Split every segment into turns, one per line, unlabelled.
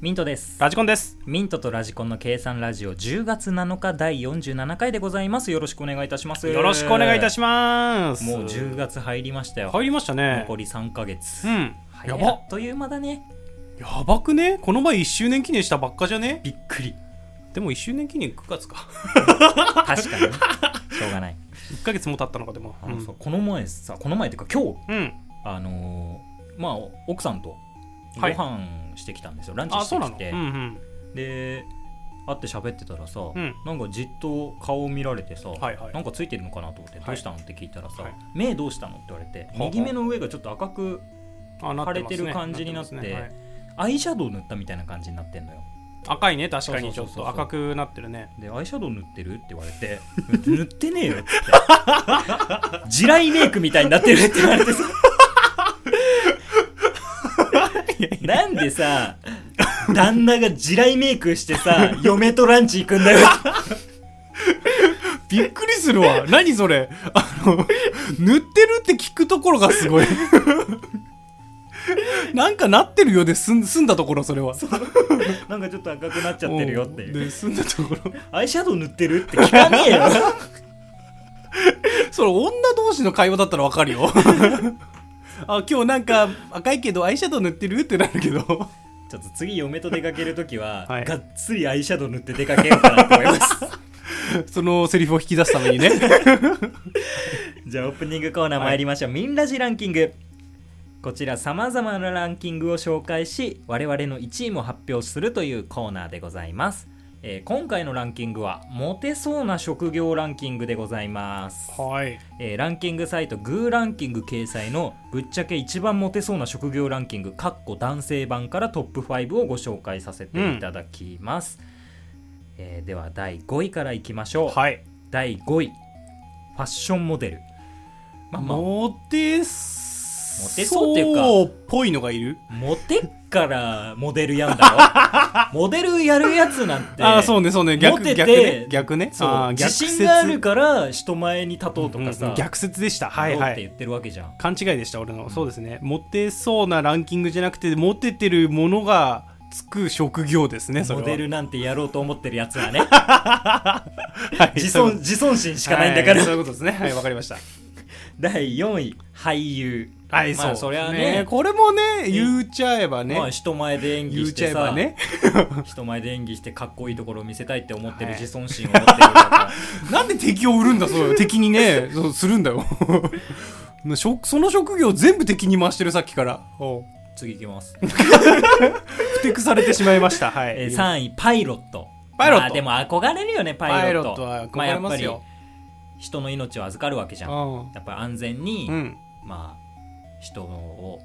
ミントです
ラジコンです。
ミントとラジコンの計算ラジオ10月7日第47回でございますよろしくお願いいたします
よろしくお願いいたします。
もう10月入りましたよ、
入りましたね。
残り3ヶ月、
うん。
早
や
いあ
ば
っ。という間だね
やばくねこの前1周年記念したばっかじゃね
びっくり
でも1周年記念9月か。
確かにね しょうがない
1ヶ月も経ったのかでも。
あ
う
の
ん
さ、この前さこの前っていうか今日
うん。
あのーまあ奥さんとご
はい
飯してきたんですよ、ランチ
あ、
し
そ
て
うな
き
のう
て、
んうん。
で会って喋ってたらさ、
うん
なんかじっと顔を見られてさ、
はいはい
なんかついてるのかなと思って、
い
どうしたのって聞いたらさ、
はい
目どうしたのって言われて、
あはあ
右目の上がちょっと赤く
あ、なってま
腫
すね
れてる感じになって
ますねはい
アイシャドウ塗ったみたいな感じになってんのよ
赤いね、確かにち
そ
ょ
うそうそう
っ
そう
と赤くなってるね。
でアイシャドウ塗ってるって言われて 塗ってねえよって地雷メイクみたいになってるって言われてさなんでさ旦那が地雷メイクしてさ嫁とランチ行くんだよ
びっくりするわ。 何それ。あの、塗ってるって聞くところがす ごい。なんかなってるようで済ん済んだところそれは 済ん
なんかちょっと赤くなっちゃってるよっていう
で済んだところ
アイシャドウ塗ってるって聞かねえよ
それ女同士の会話だったらわかるよ あ今日なんか赤いけどアイシャドウ塗ってるってなるけど
ちょっと次嫁と出かけるときは、
はい
がっつりアイシャドウ塗って出かけようかなと思います
そのセリフを引き出すためにね
じゃあオープニングコーナー参りましょう、ミンラジランキングこちらさまざまなランキングを紹介し我々の1位も発表するというコーナーでございます、えー今回のランキングはモテそうな職業ランキングでございます
はい
えーランキングサイトグーランキング掲載のぶっちゃけ一番モテそうな職業ランキングかっこ男性版からトップ5をご紹介させていただきます、えーでは第5位からいきましょう、
はい
第5位ファッションモデルまあまあ
モテそ
モテそうっていうか
っぽいのがいる
モテっからモデルやんだ ろモデルやるやつなんて
ああそうねそうね逆
モテて
逆ね逆ね
そう
あー
自
逆
信があるから人前に立とうとかさ、
うんうん逆説でしたはい
どう
は
って
い
言ってるわけじゃん
勘違いでした俺の、そうですねモテそうなランキングじゃなくてモテてるものがつく職業ですねそれ
モ
は
デルなんてやろうと思ってるやつはね
はい
自
そういう
尊
こ
自尊心
と
しかないんだから、
はいそういうことですねはいわかりました
第4位俳優
はい、
まあ、
そう
そりゃ
ね
ね
これもね言っちゃえばね、
まあ、人前で演
言
技
っ
し
ちゃ
て
え
さ、
ばね
人前で演技してかっこいいところを見せたいって思ってる
はい
自尊心を持ってる から、
なんで敵を売るんだそうよ敵に ねそうするんだよ職その職業を全部敵に回してるさっきから
次いきます、
ふてくされてしまいましたはい、
えー、3位パイロット
パイロット
まあでも憧れるよねパ
パ
イ
イ
ロ
ロ
ッ
ッ
ト
ト
ま
は
あ、
困
や
り
っ
ま
ぱ
す
り
よ、
人の命を預かるわけじゃんやっぱり安全に、
うんうん
まあ、人を、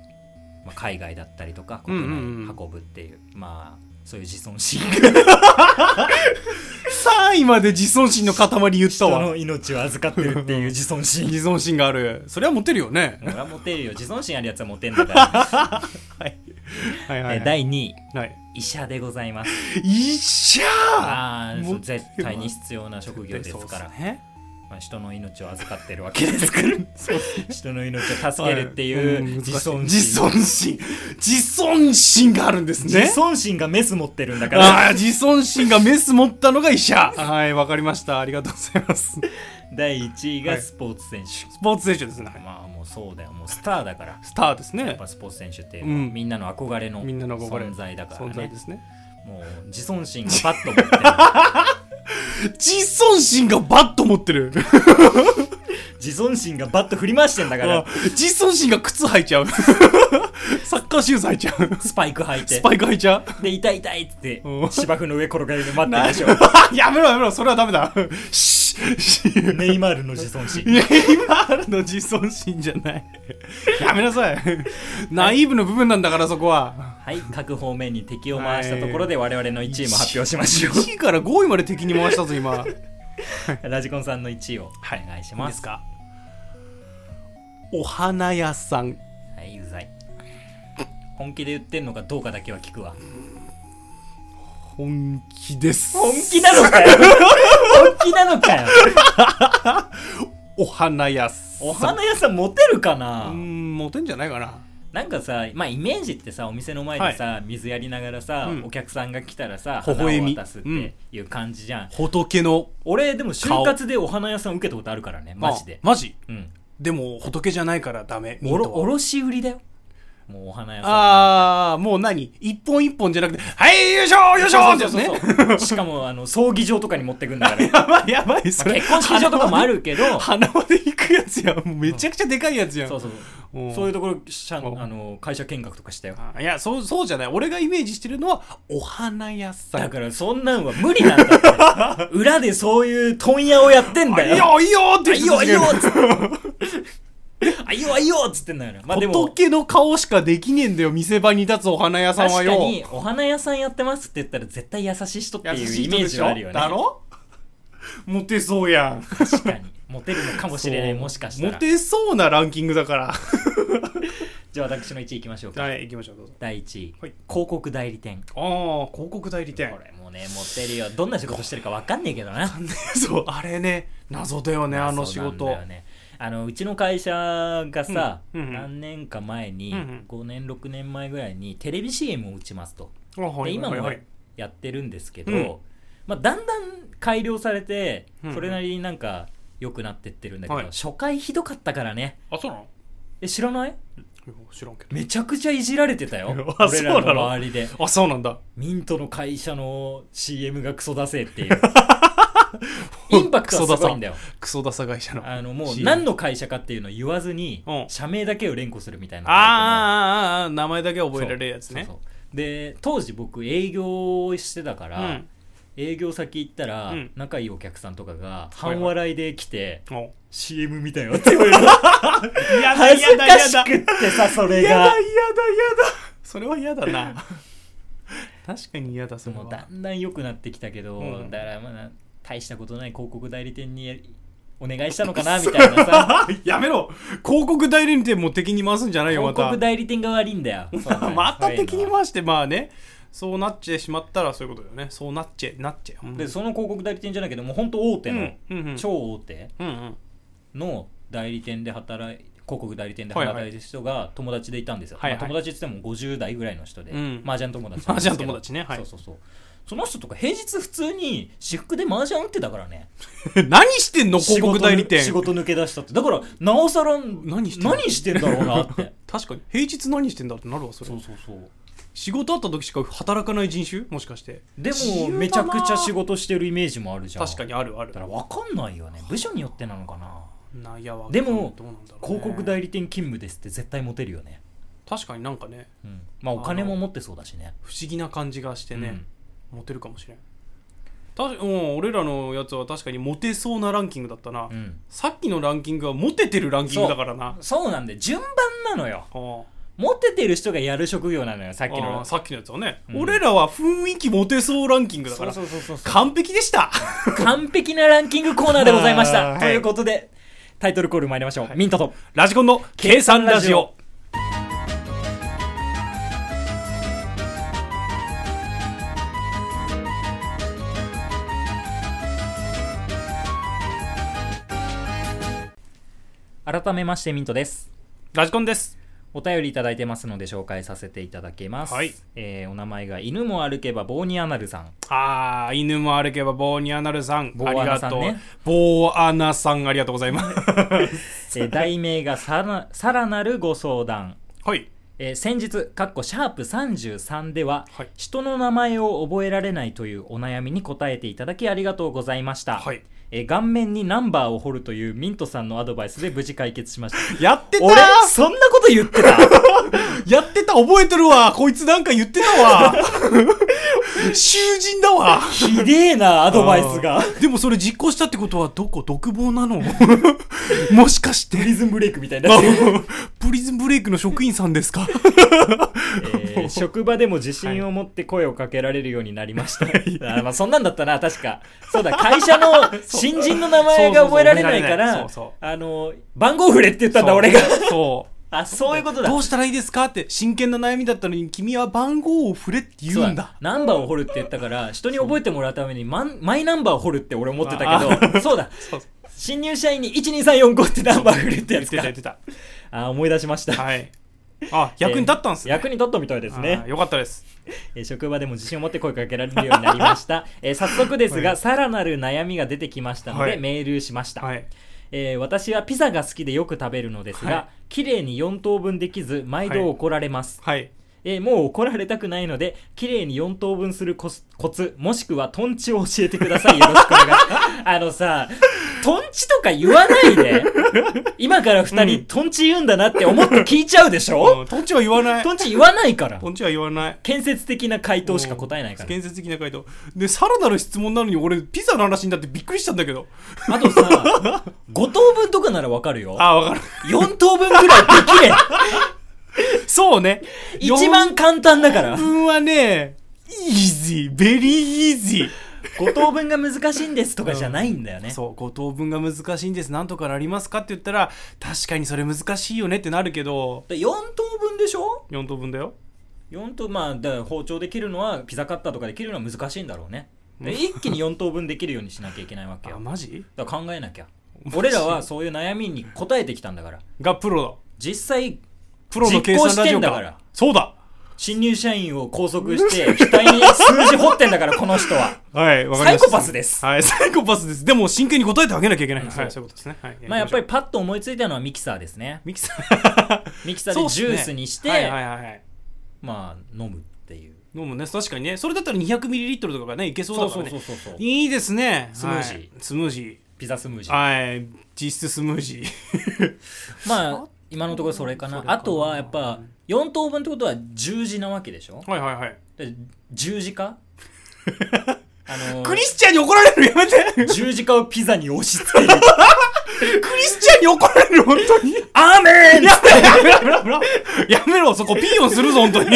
まあ、海外だったりとか
うん
国
うん
内
うん
に運ぶっていう、まあそういう自尊心
3位まで自尊心の塊言った
人
わ
の命を預かってるっていう自尊心
自尊心があるそれはモテるよね
俺はモテるよ自尊心あるやつはモテん だから、
はい
え第2位
はい、
医者でございます
医者
ああ
モテるわ
絶対に必要な職業ですから
そうっすね
まあ、人の命を預かってるわけですから人の命を助けるっていう
はん
自尊心、
難しい自尊心自尊心があるんですね
自尊心がメス持ってるんだから
ああー自尊心がメス持ったのが医者はいわかりましたありがとうございます
第1位が
はい
スポーツ選手、
スポーツ選手ですねはい
まあもうそうだよもうスターだから
スターです
やっ
ね
ぱスポーツ選手って、
うん
みんなの憧れの
みんなの憧れ
存在だから
存在
ね
ですね
もう自尊心がパッと持って
自尊心がバッと持ってる
る自尊心がバッと振り回してんだから
自尊心が靴履いちゃう サッカーシューズ履いちゃう
スパイク履いて
スパイク履いちゃう
で痛い痛いっつって
うん
芝生の上転がりで待ってるでしょ
やめろやめろそれはダメだ しし
ネイマールの自尊心
ネイマールの自尊心じゃないやめなさいナイーブの部分なんだからそこは
はい各方面に敵を回したところで我々の1位も発表しましょ
1位から5位まで敵に回したぞ今
う ラジコンさんの1位をお願いします、
かお花屋さん
はい、うざい本気で言ってんのかどうかだけは聞くわ
本気です
本気なのかよ本気なのか よ
お花屋さん
お花屋さんモテるかな
うーんモテんじゃないかな
なんかさ、まあ、イメージってさお店の前でさ、水やりながらさ、
うん
お客さんが来たらさ
微
花を
笑み
渡すっていう感じじゃん、
仏の
俺でも就活でお花屋さん受けたことあるからねマジで
あ、マジ
うん、
でも仏じゃないからダメミ
お
ン
ろ
トは
卸売りだよもうお花屋さん
ああもう何一本一本じゃなくて「はいよいしょよいしょ!」
そう
です
そう
ね
そうそう、しかもあの葬儀場とかに持ってくんだ からま
やばいやばいそ
あ
れ
結婚式場とかもあるけどそう
鼻まで行くやつやんもうめちゃくちゃでかいやつやん
そうそう
うん
そういうところ社
うん
あの会社見学とかしたよ
あいやそうそうじゃない俺がイメージしてるのはお花屋さん
だからそんなんは無理なんだ って裏でそういう問屋をやってんだ
いい
よ
よいいよって
あいいよあいいよ っつってあいいよあいいよっつってんだよなまあでも
仏の顔しかできねえんだよ見せ場に立つお花屋さんは
確
よ
かにお花屋さんやってますって言ったら絶対優しい人って
優
いう
しい
イ
人
メー
でし
ジ
ょ
はあるよね
だろモテそうやん
確かにモテるのかもしれない
そう
もしかした
モ
ら
テそうなランキングだから
じゃあ私の1位いきましょうか
はい行きましょうどうぞ
第1位、
はい
広告代理店
ああ広告代理店
これもうねモテるよどんな仕事してるか分かんねえけどな
そうあれね謎だよねあの仕
そうなん
事
だよねあのうちの会社がさ、
うんうんうん
何年か前に、
うんうん
5年6年前ぐらいにテレビ CM を打ちますと、
あは
で
い
今
はい
も
はい
やってるんですけど、
うん
まあ、だんだん改良されて
うんうん
それなりになんか良くなってってるんだけど、
はい
初回ひどかったからね
あそうなの
え知らない
いや知らんけど
めちゃくちゃいじられてたよ
あ
俺ら
そうな
の
の
周りで
あそうなんだ
ミントの会社の CM がクソダセえって いうインパクトはすごいんだよ
クソダサ会社の
あのもう
CM
何の会社かっていうのを言わずに
うん
社名だけを連呼するみたいな
あーあーあーあー名前だけ覚えられるやつ
そう
ね
そうそうで当時僕営業をしてたから、
うん
営業先行ったら
うん
仲いいお客さんとかが
いはい
半笑いで来て
お
CM みたいよって言われる
や
恥ずかし
やだ
くってさそれ
やだ
が
やだやだそれはやだな確かに嫌だそれ
もうだ
は
んだん良くなってきたけど、
うん
だからまあ大したことない広告代理店にお願いしたのかなみたいなさ
やめろ広告代理店も敵に回すんじゃ ないよま
広
た
告代理店が悪いんだよ
また敵に
は
回してまあねそうなっちゃしまったらそういうことだよねそうなっちゃなっちゃう、うん
でその広告代理店じゃないけどもう本当大手の、
うんうんうん
超大手
うんうん
の代理店で働い広告代理店で
はいはい
働いてる人が友達でいたんですよ、
はいはい
まあ友達って言っても50代ぐらいの人で、
うん
麻雀友達なんですけど
麻雀友達ねはい
そうそうそうその人とか平日普通に私服で麻雀打ってたからね
何してんの 広告代理店
仕事抜仕事抜け出したってだからなおさら
何してんの
してんだろうな って
確かに平日何してんだってなるわそれ
そうそうそう
仕事あった時しか働かない人種もしかして
で
自由
も
だな
めちゃくちゃ仕事してるイメージもあるじゃん
確かにあるある
だから分かんないよね部署によってなのかな
なやわ
でも
どうなんだろうね
広告代理店勤務ですって絶対モテるよね、
確かになんかね
うん、まあお金も持ってそうだしね
不思議な感じがしてね、モテるかもしれん確かうん俺らのやつは確かにモテそうなランキングだったな、
うん、うん
さっきのランキングはモテてるランキングだからな
そうなんで順番なのよ
あ
モテてる人がやる職業なのよさっ
あ
きの
ああさっきのやつはね、
うん
俺らは雰囲気モテそうランキングだから
そうそうそうそう
完璧 でした
完璧なランキングコーナーでございました、
はい
ということでタイトルコール参りましょう、
はい
ミントと
ラジコンの計算ラジオ。
改めましてミントです
ラジコンです。
お便りいただいてますので紹介させていただきます、
はい
えーお名前が犬も歩けば棒にアナル さん
ああ、犬も歩けば棒にアナルさん。
棒
あ
ア
り
ナ
が
さん
とう
ね。
棒アナさん、ありがとうござい ます。
えー題名がさらさらなるご相談、
はい。
えー先日かっこシャープ33では、
はい
人の名前を覚えられないというお悩みに答えていただきありがとうございました、
はい
えー顔面にナンバーを掘るというミントさんのアドバイスで無事解決しました
やってた
俺そんなこと言ってた
やってた覚えてるわこいつなんか言ってたわ 囚人だわ
ひでえなアドバイスが
あーでもそれ実行したってことはどこ独房な のもしかして
プ リズムブレイクみたいに
あ
なってる、
プリズンブレイクの職員さんですか
えー職場でも自信を持って声をかけられるようになりました、あーまあそんなんだったな確かそうだ会社 の新人の名前が覚えられないか
そ
ら
うそうそう
あの番号振れって言ったんだ 俺が
そう
あそういうことだ
どうしたらいいですかって真剣な悩みだったのに君は番号を振れって言うんだ
ナンバーを掘るって言ったから人に覚えてもらうためにマンマイナンバーを掘るって俺思ってたけどそうだ
そうそう
新入社員に12345ってナンバー振るってやつ
言
か
ってた言って
あ思い出しました、
たはい あ役に立ったんすね、
役に立ったみたいです
あー
ね、
よかったです
えー職場でも自信を持って声かけられるようになりました、えー早速ですが、
はい
さらなる悩みが出てきましたので、
はい
メールしました、
はい
えー私はピザが好きでよく食べるのですが、
は
綺麗に4等分できず毎度怒られます、
はい
えーもう怒られたくないので綺麗に4等分するコスコツもしくはトンチを教えてくださいよろしくお 願いしますあのさトンチとか言わないで今から2人、
うん
トンチ言うんだなって思って聞いちゃうでしょ
うんトンチは言わない
トンチ言わないから
トンチは言わない
建設的な回答しか答えないから
建設的な回答でさらなる質問なのに俺ピザの話になってびっくりしたんだけど
あとさ5 等分とかならわかるよ
あわかる
4等分ぐらいできれん
そうね
一番簡単だか
4
ら
分はねイージーベリーイージ
5等分が難しいんですとかじゃないんだよね、
ーそう5等分が難しいんです何とかなりますかって言ったら確かにそれ難しいよねってなるけど
で4等分でしょ
4等分だよ
4等まあだから包丁で切るのはピザカッターとかで切るのは難しいんだろうねで
うん
一気に4等分できるようにしなきゃいけないわけ
あ
よ
マジ
だから考えなきゃ俺らはそういう悩みに答えてきたんだから
がプロだ
実際
プロの計算ラジ
実
オ
行してんだから
そうだ
新入社員を拘束 して額に数字掘ってんだからこの人は
はいわかりました
サイコパスです
はいサイコパスですでも真剣に答えてあげなきゃいけない、
うん
はい
そ
そういうことですね、はい、
まあやっぱり
行きしょう
パッと思いついたのはミキサーですね
ミキサ ー
ミキサーでジュースにして、
そうっすねはいはいはいはい
まあ飲むっていう
飲むね確かにねそれだったら 200ml とかがねいけそうだからね
そうそうそうそう
いいですね
スムージー
はいスムージ
ピザスムージ
ー
ー
はい実質スムージー
まあ今のところそれかな
それかな
あとはやっぱ4等分ってことは十字なわけでしょ
はいはいはい
で十字 架あの
クリスチャンに怒られるやめてクリ
十字架をピザに押し付ける
スチャンに怒られる本当に
アーメン
やめろやめろやめろやめろそこピーヨンするぞ本当 に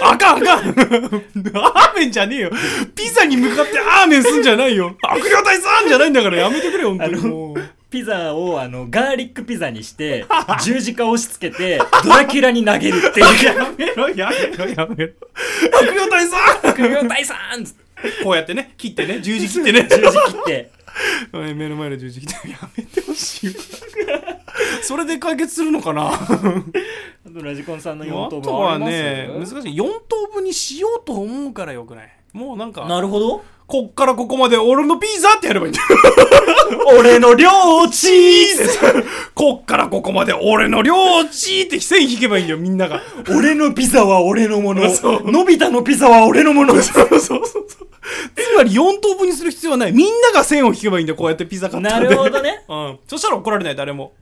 あかんあかんアーメンじゃねえよピザに向かってアーメンすんじゃないよ悪霊退散じゃないんだからやめてくれよ本当に
あの
もう
ピザをあのガーリックピザにして 十字架を押し付けてドラキュラに投げるっていう
やめろやめろやめろ悪霊退散
副業大さん
こうやってね、切ってね、十字切ってね。
十字切って
はい 目の前の十字切って、やめてほしいわ。それで解決するのかな
あとラジコンさんの4
あ
等
と
分あ
は
ります
ね、難しい。4等分にしようと思うからよくないもうなん
な
か、
るほど
こっからここまで俺のピザってやればいいんだよ。
俺の領地
こっからここまで俺の領地って線引けばいいんだよ、みんなが。
俺のピザは俺のもの
そう
のび太のピザは俺のもの
そうそうそうそう。つまり4等分にする必要はない。みんなが線を引けばいいんだよ、こうやってピザ買った
なん
で
るほどね。
うん。そしたら怒られない、誰も。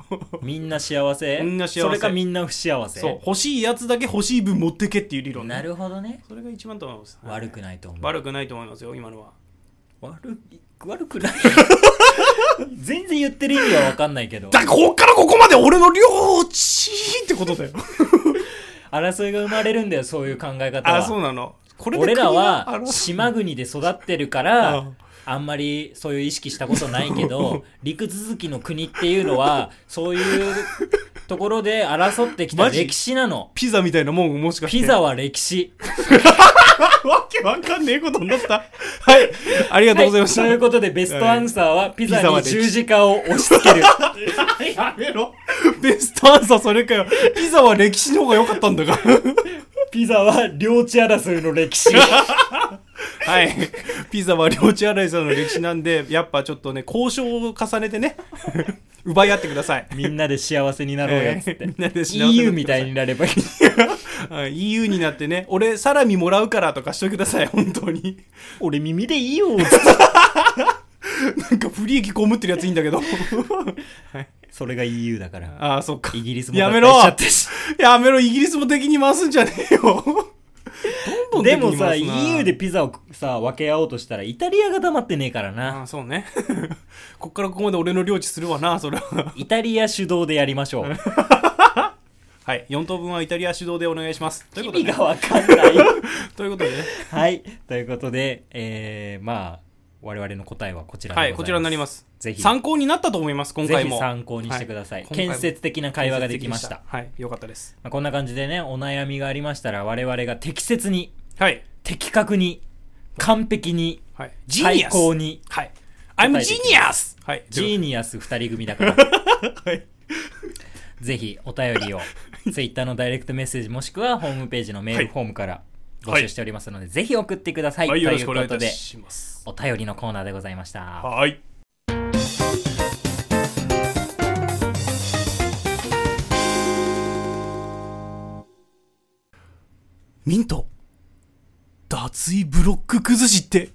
みんな幸せ
みんな幸せ
それかみんな不幸せ
そう欲しいやつだけ欲しい分持ってけっていう理論ね
なるほどね
それが一番と思います
悪く
ない
ないと思う
悪くないと思いますよ今のは
悪い悪 くない全然言ってる意味は分かんないけど
だからこっからここまで俺の領地ってことだよ
争いが生まれるんだよそういう考え方は
あそうなのこれで
俺ら
国
は
が
島国で育ってるか
う
ら
ん
あんまりそういう意識したことないけど陸続きの国っていうの はそういうところで争ってきた
マジ
歴史なの
ピザみたいなもんもしかして
ピザは歴史
わけわかんねえことになったはいありがとうございました、
はいということで、ベストアンサーは、ピザ
ピザは
に
歴史
十字架を押し付ける。
やめろベストアンサーそれかよピザは歴史の方が良かったんだから
ピザは領地争いの歴 史。
はいピザは領地洗いさんの歴史なんでやっぱちょっとね交渉を重ねてね奪い合ってください
みんなで幸せになろうよっつって。
えーみんなで幸せになってください
EU みたいになればいい。
はい EU になってね、俺、サラミもらうからとかしといてください、本当に。
俺耳でいいよ。
なんか不利益被ってるやついいん だけど。
それが EU だから。
ああ、そっか。
イギリスも
や
脱
め
退
ろ
しちゃってし。
やめろ、イギリスも敵に回すんじゃねえよ。どんどん
で
敵に
もさ、
回すな
EU で。ピザをさ、分け合おうとしたら、イタリアが黙ってねえから
あ
な。
あ、そうね。 こっからここまで俺の領地するわな、それは。
イタリア主導でやりまし ょう。
はい、4等分はイタリア主導でお願いします。という
意
こと
味
で、
がわかんない。
ということでね。
はい。ということで、えー、まあ、我々の答えはこちらでご
は
ざい
い、
ます。
こちらになります。
ぜひ
参考になったと思います、今
ぜ
回
ひ
も。
参考にしてください、
はい今回も
建設的な会話ができました
はい、よかったです。
まあこんな感じでねお悩みがありましたら我々が適切に
はい。
的確に完璧に
はい。ジーニ
最
アス。
高に
はい。I'm
答えていきます
genius! はい。
ジーニアス2人組だから
はい。
ぜひお便りをツイッターのダイレクトメッセージもしくはホームページのメールフォームから募集しておりますので、ぜひ送ってください、
はい、
と
よろ
い
し
う
く
こ
お願いい
と
た
で
します。
お便りのコーナーでございました
はい。ミント、脱衣ブロック崩しって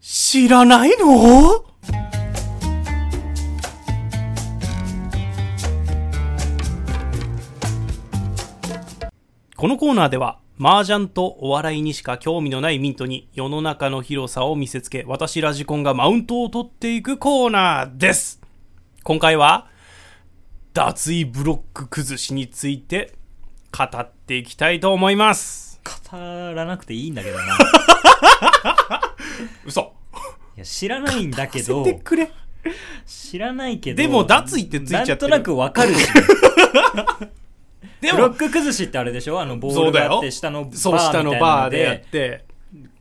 知らないのこのコーナーでは、麻雀とお笑いにしか興味のないミントに世の中の広さを見せつけ、私ラジコンがマウントを取っていくコーナーです。今回は、脱衣ブロック崩しについて語っていきたいと思います。
語らなくていいんだけどな い
嘘。
や知らないんだけ
教
ど
えてくれ。
知らないけど
でも脱衣ってついちゃってる
なんとなくわかるし
で
ブロ
も
ッ、ク崩しってあれでしょあのボー
そ
ル
うだ
があっ
よ
て。下のバーみたい
そう、下
なの
の
で
バーでやって。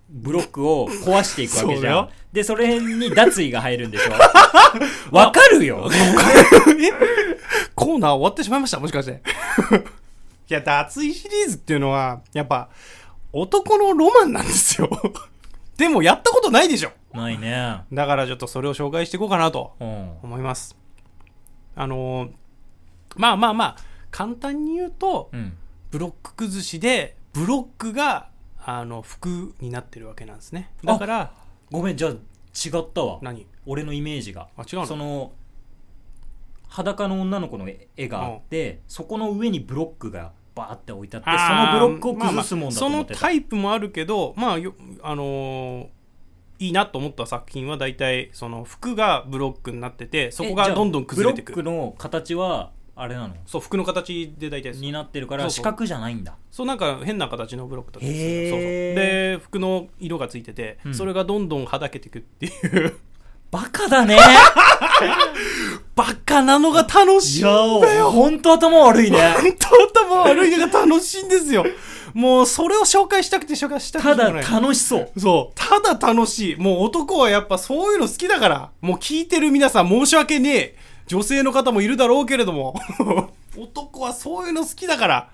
ブロックを壊していくわけ
そう
じ
だ
ゃん
よ
でそれに脱衣が入るんでしょわかるよ
コーナー終わってしまいましたもしかして。 いや、脱衣シリーズっていうのは、やっぱ、男のロマンなんですよ。 でも、やったことないでしょ。
ないね
だからちょっとそれを紹介していこうかなと
うん
思います。あのーまあまあまあ、簡単に言うと、
うん
ブロック崩しで、ブロックが、あの、服になってるわけなんですね。だから、
ごめんじゃあ違ったわ
何
俺のイメージが
あ、違うの
その裸の女の子の絵があって、そこの上にブロックがバーって置いてあって
あー
そのブロックを崩すもんだと思ってた、
まあまあそのタイプもあるけどまあよあのーいいなと思った作品は大体その服がブロックになっててそこ
えじ
が
ゃあ
どんどん崩れてく
ブ
る
ロックの形はあれなの
そう服の形で大体そう
になってるから
そうそ
四
う
角じゃないんだ
そうなんか変な形のブロックだったりする
へー
そうそうで服の色がついてて、
うん
それがどんどんはだけてくっていう
バカだ ね
バカなのが楽しい
いやー本当頭悪いね
本当頭悪いのが楽しいんですよもうそれを紹介したくて紹介したくて
た
しょ
だ
うがない
楽しそう
そう。ただ楽しい。もう男はやっぱそういうの好きだから。もう聞いてる皆さん申し訳ねえ。女性の方もいるだろうけれども。 男はそういうの好きだから。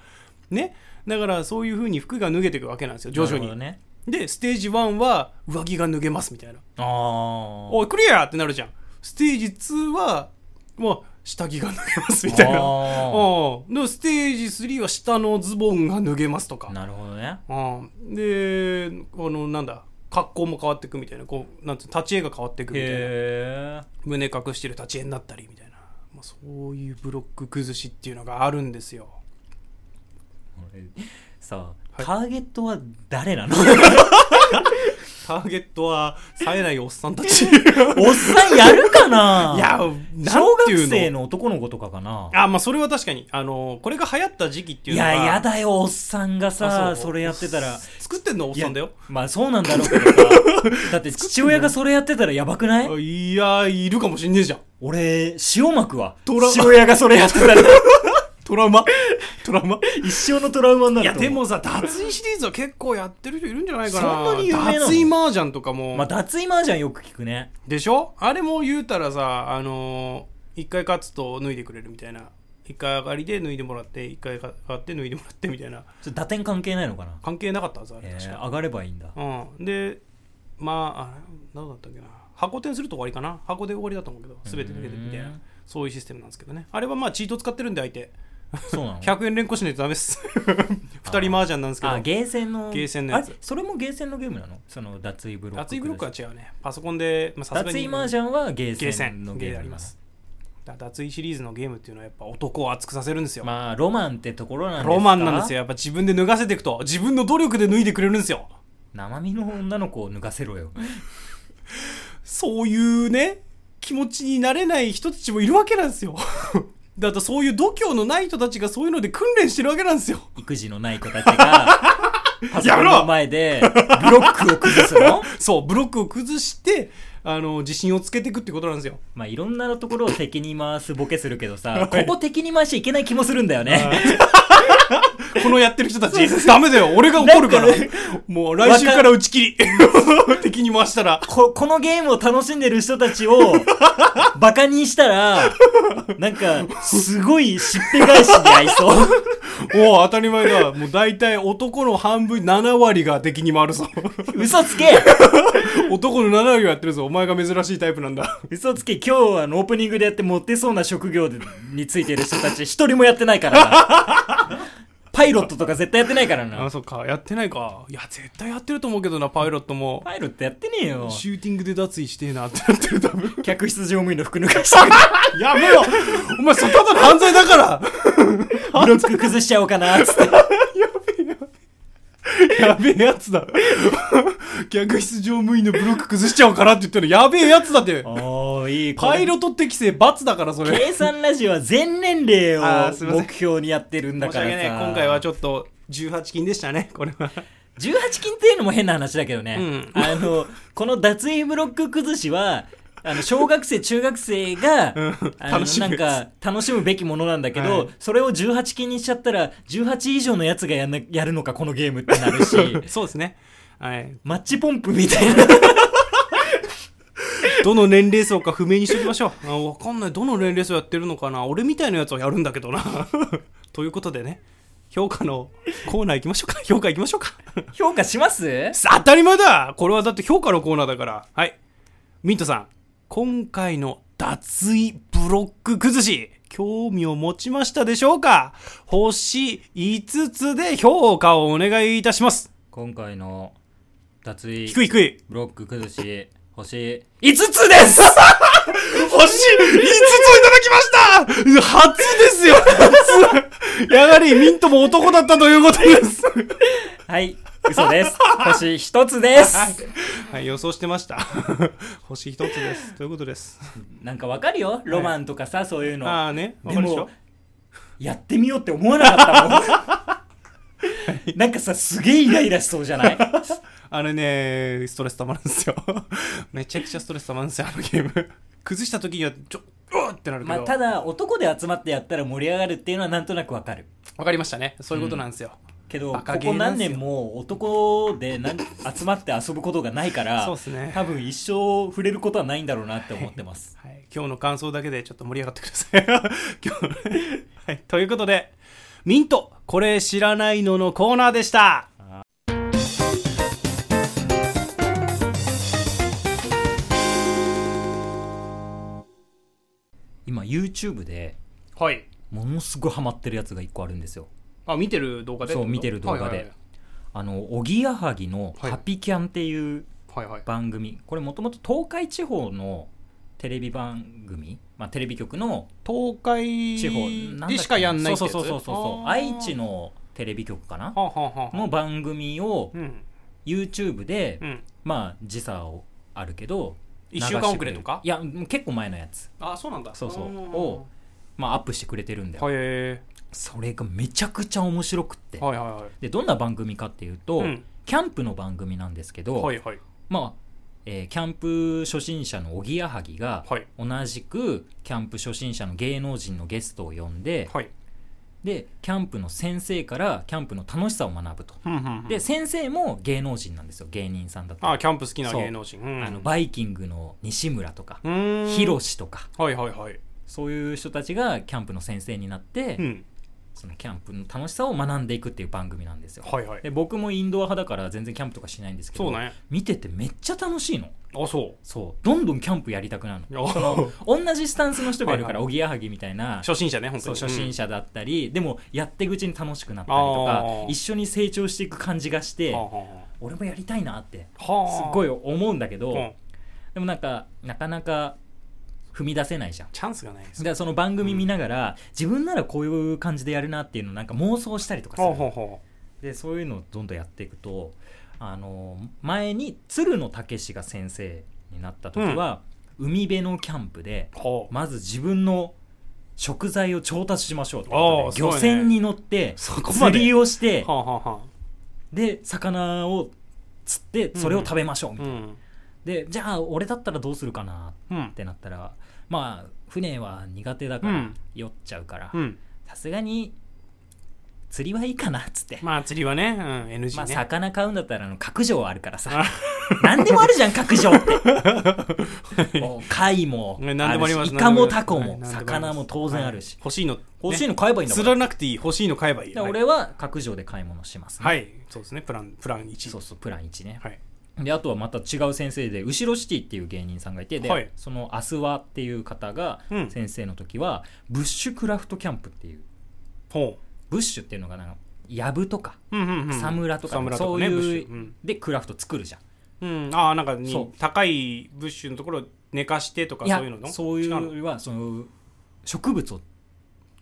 ね。だからそういう風に服が脱げていくわけなんですよ、徐々
なる
に。
ほどね
で、ステージ1は上着が脱げますみたい
あ
な。
あ
おい、クリアってなるじゃん。ステージ2は、まあ、下着が脱げますみたい
あ
な。うん。で、ステージ3は下のズボンが脱げますと か。
なるほどね
うん、であのなんだ格好も変わっていくみたいなこうなんつう立ち絵が変わっていくみたいな
へえ
胸隠してる立ち絵になったりみたいな、まあ、そういうブロック崩しっていうのがあるんですよ
さあ、
はい
ターゲットは誰なの
ターゲットは冴えないおっさんたち い
おっさんやるかな
や
小
なん
学
てい
生
うの
の男の子とかかな
あまあそれは確かにあのこれが流行った時期ってい
いう
のが
ややだよおっさんがさ
あ
そうれやってたら
作ってんのはおっさんだよ
いやまあそうなんだろうけ どさだって父親がそれやってたらやばくない
あいやいるかもしんねえじゃん
俺塩まくわ
トラ
父親がそれやってたら
トラウマトラウマ
一生のトラウマにないる
や
と思う
でもさ脱衣シリーズは結構やってる人いるんじゃないかな
そんなに有名なの
脱衣麻雀とかも、
まあ脱衣麻雀よく聞くね
でしょあれも言うたらさあのー、一回勝つと脱いでくれるみたいな一回上がりで脱いでもらって一回上がって脱いでもらってみたいな
ちょっと打点関係ないのかな
関係なかったはずあれ
え
確
ー
か、
上がればいい んだ
うんでまああれ何だったっけな箱転すると終わりかな箱で終わりだと思うけど全て脱げてるみたいうなんそういうシステムなんですけどねあれはまあチート使ってるんで相手
そうなの
100円連呼しないとダメっす 二人麻雀なんですけど
あゲーセンの
ゲーセンのやつ
あれそれもゲーセンのゲームなのその脱衣ブロック
脱衣ブロックは違うねパソコンで、まあ、さすが
脱
に
衣マージャンはゲ
ゲ
ー
ー
セ
セ
ン
ン
の
の
ゲ
ゲ
ーム
ーありますだから脱衣シリーズのゲームっていうのはやっぱ男を熱くさせるんですよ、
まあロマンってところなんですか
ロマンなんですよやっぱ自分で脱がせていくと自分の努力で脱いでくれるんですよ
生身の女の子を脱がせろよ
そういうね気持ちになれない人たちもいるわけなんですよ だとそういう度胸のない人たちがそういうので訓練してるわけなんですよ
育児のない子たちがパソコ
や
ン
め
の
ろ
前でブロックを崩すの
そうブロックを崩してあの自信をつけていくってことなんですよ
まあいろんなところを敵に回すボケするけどさここ敵に回しちゃいけない気もするんだよね
このやってる人たち、ダメだよ。俺が怒るから
だって。
もう来週から打ち切り。 敵に回したら。
ここのゲームを楽しんでる人たち をバカにしたらなんかすごいしっぺ返しに合いそう
おお、当たり前だ。もう大体男の半分、7割が敵に回る ぞ。
嘘つけ
男の7割がやってるぞ。お前が珍しいタイプなんだ。
嘘つけ今日はあのオープニングでやってモテそうな職業でについてる人たち一人もやってないからな パイロットとか絶対やってないから
あ、
な
そっか。やってないか。いや、絶対やってると思うけどな、パイロットも。
パイロットやってねえよ
シューティングで脱衣してえなってなってる、多分。
客室乗務員の服脱がして
やめろお前、そただの犯罪だ から
ブロック崩しちゃおうかなっつって
やべえやつだ。客室乗務員のブロック崩しちゃおうかなって言ったら、やべえやつだって。
おーいい
パイ
ッ
ロット適正罰 だから、それ。
計算ラジオは全年齢
あー
を
すいません
目標にやってるんだ
申し
から
訳
さ
ない。今回はちょっと、18禁でしたね、これは。
18禁っていうのも変な話だけどね、
うん
あのこの脱衣ブロック崩しはあの小学生中学生が、
ん
あの
楽しむ
なんか楽しむべきものなんだけど、
はい
それを18禁にしちゃったら18以上のやつがやんなやるのかこのゲームってなるし
そうですね。はい。
マッチポンプみたいな
どの年齢層か不明にしておきましょう。あ わかんない。どの年齢層やってるのかな。俺みたいなやつはやるんだけどな。 ということでね、評価のコーナー行きましょうか。 評価行きましょうか。
評価します
さ当たり前だこれはだって評価のコーナーだから。はい。ミントさん、今回の脱衣ブロック崩し、興味を持ちましたでしょうか星5つで評価をお願いいたします。
今回の脱
低
衣
い低い。
ブロック崩し星5つです
星5つをいただきました初ですよ初やはりミントも男だったということです。
はい嘘です星1つです、
はい、予想してました。星1つです。ということです。
なんかわかるよロマンとかさ、そういうの
ああね、わ
で
かるでしょ
もやってみようって思わなかったもんなんかさすげえイライラしそうじゃない
あれね、ストレス溜まるんですよ。 めちゃくちゃストレス溜まるんですよ、あのゲーム。崩した時には、ちょ、うわっってなる け
ま
ど。
あただ男で集まってやったら盛り上がるっていうのはなんとなくわかる
わかりましたね。そういうことなんですよ。
けど
バ
こ
カゲー
こ
なん
何
すよ
年も男でなん集まって遊ぶことがないから
そうっすね
多分一生触れることはないんだろうなって思ってます
はい、今日の感想だけでちょっと盛り上がってください。 今日のねはい、ということで、ミント、これ知らないののコーナーでした。
今 YouTube で
はい。
ものすごいハマってるやつが一個あるんですよ
あ、見てる動画
でそう見てる動画ではいはいあのおぎやはぎの「
はい
ハピキャン」っていう
はいはい。
番組これもともと東海地方のテレビ番組、まあ、テレビ局の
東海
地方
でしかやんない
そうそうそうそうそう愛知。のテレビ局かな
ははは
の番組を
うん。
YouTube で、
うん。
まあ時差をあるけど
一週間遅れとか
流してくれるいや結構前のやつ、
あ、そうなんだ。
そうそう
うん
をまあ、アップしてくれてるんだよ、
はいえ
それがめちゃくちゃ面白くって、
ーはいはいはい。
でどんな番組かっていうと、
うん
キャンプの番組なんですけど、
はいはい。
まあえーキャンプ初心者のおぎやはぎが、
はい。
同じくキャンプ初心者の芸能人のゲストを呼んで、
はい。
でキャンプの先生からキャンプの楽しさを学ぶと、
ふんふんふん
で先生も芸能人なんですよ芸人さんだった
あ、
り
キャンプ好きな芸能人。うん
あの、バイキングの西村とか、
うん。
ヒロシとか
はいはいはい。
そういう人たちがキャンプの先生になって、
うん。
そのキャンプの楽しさを学んでいくっていう番組なんですよ、
はいはい。
で僕もインドア派だから全然キャンプとかしないんですけど
そうね。
見ててめっちゃ楽しいの
あ、そう。
そうどんどんキャンプやりたくなるの
あ
同じスタンスの人がいるから
はいはい
おぎやはぎみたいな
初心者ね、本当
そう
に。
初心
者。
者だったり、でもやって口に楽しくなったりと
あ
か
ー
一緒に成長していく感じがして
はあ
俺もやりたいなって
はあ
すごい思うんだけど、
うん
でもなんかなかなか踏み出せないじゃん。
チャンスがないです
だからその番組見ながら、自分ならこういう感じでやるなっていうのをなんか妄想したりとかする、
ほうほうほ
でそういうのをどんどんやっていくとあの前に鶴野武が先生になった時は、海辺のキャンプで
うほう
まず自分の食材を調達しましょうと
ああすごい
漁
ね
船に乗って
そこま
釣
で
りをして
はあはあはあ
で魚を釣ってそれを食べましょうみた
う
いな、
ん
でじゃあ俺だったらどうするかな
うん
ってなったらまあ船は苦手だか
う
ら
ん
酔っちゃうから
うん
さすがに釣りはいいかなっつって、
まあ釣りはね、うん、NG
まあ
ね、
魚買うんだったらあの角上あるからさ 何でもあるじゃん角上って もう貝も
ね何でもあります
イカも
何でもあります
タコも
はい何でもあ
魚
ります
も当然あるし、
欲しいの
欲しい
の
の買えばいいんだか
釣
ら,、
らなくていい欲しいの買えばいいはい
俺は角上で買い物しますね、
はいそうですねプランプラン1
そうそうプラン1ね、
はい
であとはまた違う先生で後ろシティっていう芸人さんがいてで、
はい
そのアスワっていう方が
うん
先生の時は、ブッシュクラフトキャンプっていう
ほ
ブッシュっていうのがなんかやぶとか
ううんうんうん
草むらとか
草むらと
そう
かねブッ
い
シ
う、
ュうん
でクラフト作るじゃん
うん、ああなんかに
そう
高いブッシュのところ寝かしてとか
いや
そういうのの
そういう
違
よ
の
りはその植物を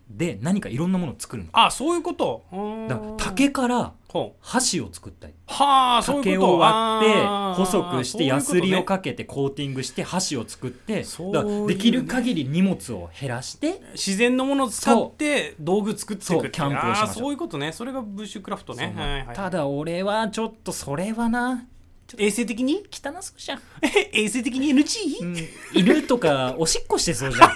で何かいろんなものを作るの
ああそういうことうーん
だから竹から
ほう
箸を作ったり
はあそうい
竹
うこと
を割って
あー
細くしてヤスリを
そういうことね
かけてコーティングして箸を作って
そういう
だからできる限り荷物を減らして
自然のものを使って道具作っていくってい
そうキャンプをしましょう
あーそういうことねそれがブッシュクラフトね
そう
はいはい
ただ俺はちょっとそれはな
衛生的に
汚すじゃん、
衛生的に NG?
犬とかおしっこしてそうじ ゃん、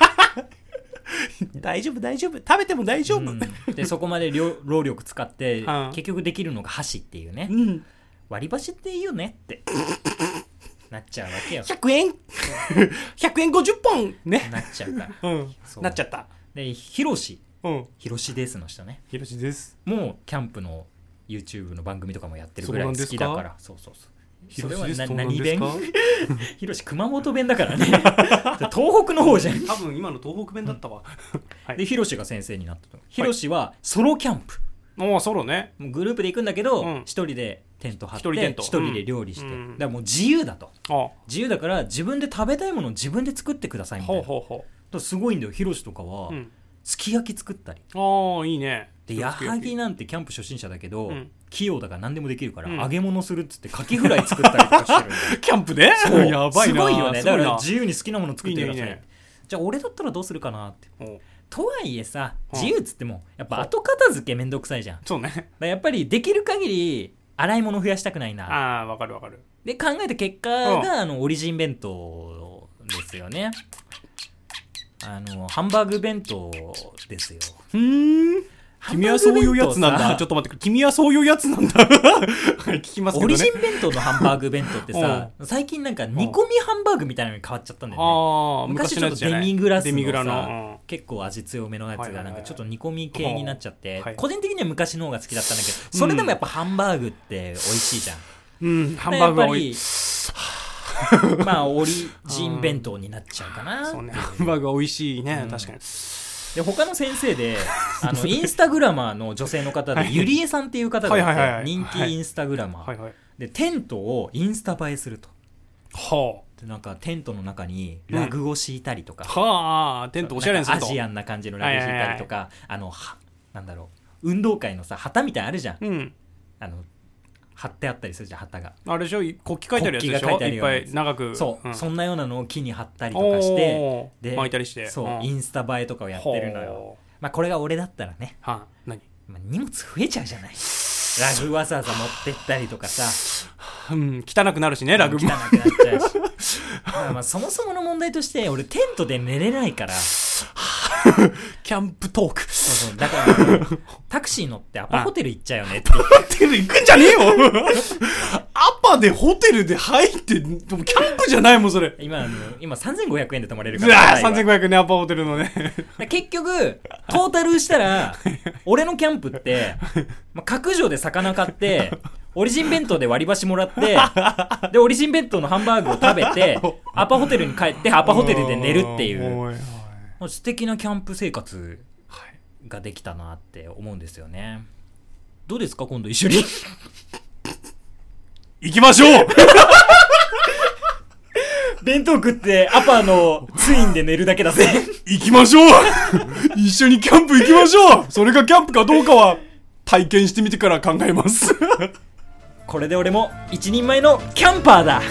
大丈夫大丈夫食べても大丈夫
うんでそこまで労労力使 って
うん
結局できるのが箸っていうね
うん
割り箸っていいよね ってなっちゃうわけよ
100円100円50本ね
なっちゃうから
うん
そう
なっちゃった
でヒロシ
うん
ヒロシですの人ね
ひろしです
もうキャンプの YouTube の番組とかもやってるぐらい
そう
好
なんです
き
か
だからそうそうそう
ひろ
そ
し
れは
です
な
そうなん
何
で
弁
すか
ヒロシ熊本弁だから ね東北の方じゃん
多分今の東北弁だったわ、はい
でヒロシが先生になったとヒロシはソロキャンプ
おおソロね
もうグループで行くんだけど
うん
一、人でテント張って
一人テント
一人で料理して、
うん
だからもう自由だと
あ
自由だから自分で食べたいものを自分で作ってくださいみたいな
ほうほうほ
だからすごいんだよヒロシとかは、
う、うん、
すき焼き作ったり
ああいいね
で矢作なんてキャンプ初心者だけど、
うん
器用だから何でもできるから、
うん
揚げ物するっつってカキフライ作ったりとかしてるんだよ
キャンプで
そう
やばい
す
な
ごいよね
すご
だ
い
か
な
ら自由に好きなもの作ってください
いいねいいね
じゃあ俺だったらどうするかなって
おう
とはいえさ
うん
自由っつってもやっぱ後片付けめんどくさいじゃんだか
そうね
らやっぱりできる限り洗い物増やしたくないな
ああわかるわかる
で考えた結果
うん
があのオリジン弁当ですよねあのハンバーグ弁当ですよ
うん君はそういうやつなんだちょっ
っ
と待って君はそういうやつなんだ はい聞きますけ
オ
どね
リジン弁当のハンバーグ弁当ってさ最近なんか煮込みハンバーグみたいなのに変わっちゃったんだよね
ああ
昔
昔
ちょ
の
っ
や
と
つじゃ
デ
ない
ミグラス
デミグラ
の
の、
さ結構味強めのやつ
はいは
が
い
な
はい
んかちょっと煮込み系になっちゃって
はい
個人的には昔の方が好きだったんだけどそれでもやっぱハンバーグって美味しいじゃん
うんうん、ハンバーグが多い
やっぱり まあオリジン弁当になっちゃうかな
そうねハンバーグが美味しいね、
うん
確かに
で他の先生 であのインスタグラマーの女性の方でゆりえさんっていう方が
はいはいはい
い
は
て
い
人気インスタグラマ
はい
ー
はい
でテントをインスタ映えすると
は
でなんかテントの中にラグを敷いたりとか
あはあテントおしゃれにす
なん
る
か
と
アジアンな感じのラグ敷いたりとかあのはなんだろう運動会のさ旗みたいなのあるじゃん
うん
あの貼ってあったりするじゃん旗が
あれでしょ国旗書いてあるやつでし
国旗が書い
ょ
てある
いっ
よう
ぱ
なやつ
い長く
そう、
ん
そんなようなのを木に貼ったりとかして
おー
で
巻いたりして
そう、
ん
インスタ映えとかをやってるのよ
ほ
まあこれが俺だったらね
うはあ何
まあ、荷物増えちゃうじゃないラグわざわざ持ってったりとかさ
うん汚くなるしね ラグ
汚く
も
なっちゃうしまあまあそもそもの問題として俺テントで寝れないからそ
キャンプトーク
うそうだからタクシー乗ってアパホテル行っちゃうよねって
テル行くんじゃねえよ アパでホテルで入ってでもキャンプじゃないもんそれ
今あの今3500円で泊まれる
う
か
わ
ら
ー
高いわ
3500円ねアパホテルのね
結局トータルしたら俺のキャンプ って、まあ、角上で魚買ってオリジン弁当で割り箸もらってでオリジン弁当のハンバーグを食べてアパホテルに帰ってア
ア
パホテルで寝るっていう
おいおい
まあ素敵なキャンプ生活
はい
ができたなって思うんですよねどうですか今度一緒に
行きましょう
弁当食ってアパのツインで寝るだけだぜ
行きましょう 一緒にキャンプ行きましょうそれがキャンプかどうかは体験してみてから考えます
これで俺も一人前のキャンパーだ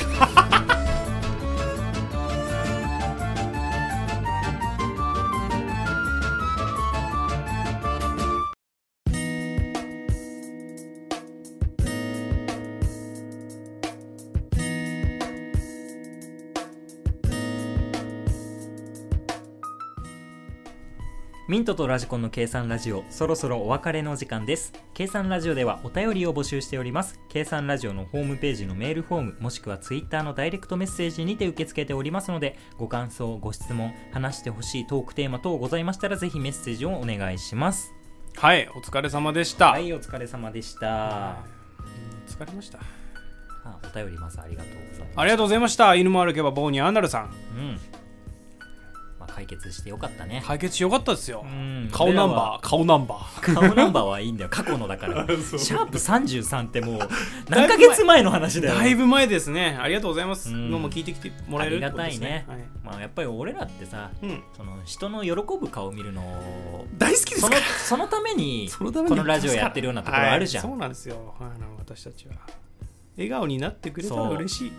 ミントとラジコンの計算ラジオそろそろお別れの時間です計算ラジオではお便りを募集しております計算ラジオのホームページのメールフォームもしくはツイッターのダイレクトメッセージにて受け付けておりますのでご感想ご質問話してほしいトークテーマ等ございましたらぜひメッセージをお願いします
はいお疲れ様でした、
はいお疲れ様でした、
疲れました
あお便りまずありがとうございます
ありがとうございました犬も歩けば棒にアンナルさん
うん、まあ、解決してよかったね、
解決しよかったですよ、
うん
顔ナンバー顔ナンバー
俺らは顔ナンバーはいいんだよ過去のだから
そう
シャープ33ってもう何ヶ月前の話だよ
だいぶ前ですねありがとうございます、
うん
どうも聞いてきてもらえる
ありがたいね
ってことです
まあ、やっぱり俺らってさ
はいうん、
その人の喜ぶ顔を見るの を
大好きです
そ
か
の
ら
そのために
そ
こ
のために
のラジオやってるようなところあるじゃん、
はいそうなんですよあの私たちは笑顔になってくれたら
そう
嬉し
も
い
う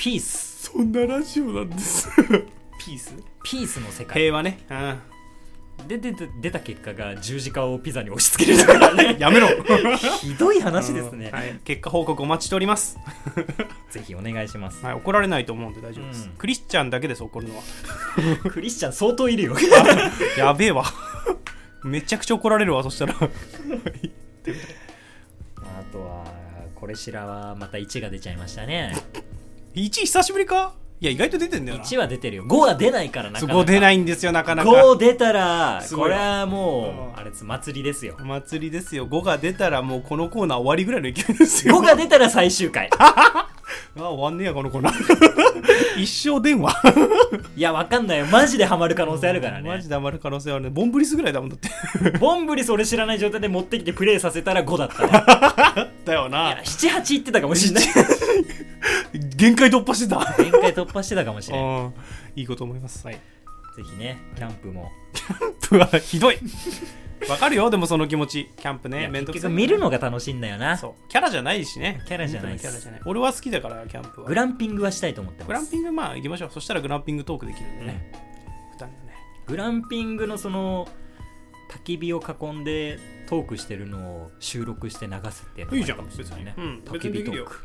ピース
そんなラジオなんですピース
ピースの世界
平和ね、うん
ででで出た結果が十字架をピザに押し付けるとからね
やめろ
ひどい話ですね、
はい、結果報告お待ちしております、
ぜひお願いし ます
はい、怒られないと思うんで大丈夫です、
うん
クリスチャンだけです怒るのは
クリスチャン相当いるよ
やべえわめちゃくちゃ怒られるわそしたら
あとはこれしらはまた1が出ちゃいましたね
1久しぶりかいや意外と出てんだよな
1は出てるよ5は出ないからなか
そ
なか
こ出ないいんですよなかなか
5出たら
すごい
こ
よ
れはもう
う
んあれつ祭りですよ
お祭りですよ5が出たらもうこのコーナー終わりぐらいの勢いですよ
5が出たら最終 回
あ終わんねえやこのコ ーナー一生電話
いやわかんないよマジでハマる可能性あるから
マ
ね
ジで余る可能性あるねボンブリスぐらいだもんだって
ボンブリス俺知らない状態で持ってきてプレイさせたら5だ ったね
だよ
い
な
や78いってたかもしんない
限界突破してた
限界突破してたかもしれない
うんいいこと思いますはい
ぜひねキャンプも
うわひどいわかるよでもその気持ちキャンプ
い
ね
や
面倒
結
くさ
局
い
見るのが楽しいんだよな
そうキャラじゃないしね
キャラじゃないっす
キャラじゃない俺は好きだからキャンプは
グランピングはしたいと思ってます
グランピングまあ行きましょうそしたらグランピングトークできるんでね、負担がね
グランピングのその焚き火を囲んでトークしてるのを収録して流すっていうのも
いいじゃん
あるかもしれないね
別にうん
焚き火トーク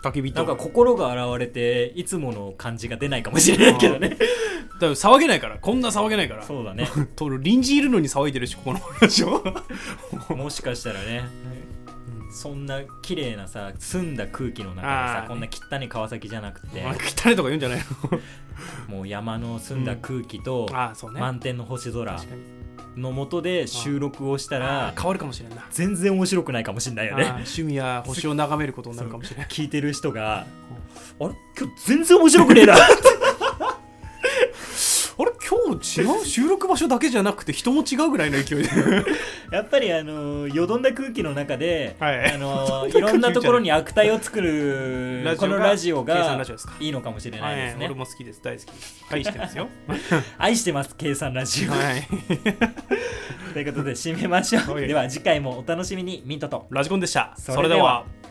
焚き火
なん
ト
か
ーク
心が現れていつもの感じが出ないかもしれないけどね
だから騒げないからこんな騒 げないから
そうだね
と臨時いるのに騒いでるしここの話を
もしかしたらねそんな綺麗なさ澄んだ空気の中でさ
あー
こんな汚い川崎じゃなくて
なんか汚いとか言うんじゃないの
もう山の澄んだ空気と
ああそうね
満天の星空
確かに
の下で収録をした
あ
ら
ー変わるかもしれんな
全然面白くないかもしれないよ
あー
ね
趣味や星を眺めることになるかもしれない
聞いてる人が「あれ今日全然面白くねえな」
あれ今日 違う収録場所だけじゃなくて人も違うぐらいの 勢いで
やっぱりあのーよどんだ空気の中で、
はい
あのーい
よどんだ空気じゃない
ろんなところに悪態を作る
ラジオが
このラジオ
計算
が
ラジオですか
いいのかもしれないです
はい、
ね
俺。も好きです大好きです愛して ますよ
愛してます計算ラジオ。
はい
ということで締めましょう。
はい
では次回もお楽しみにミントと。
ラジコンでした
それでは
それでは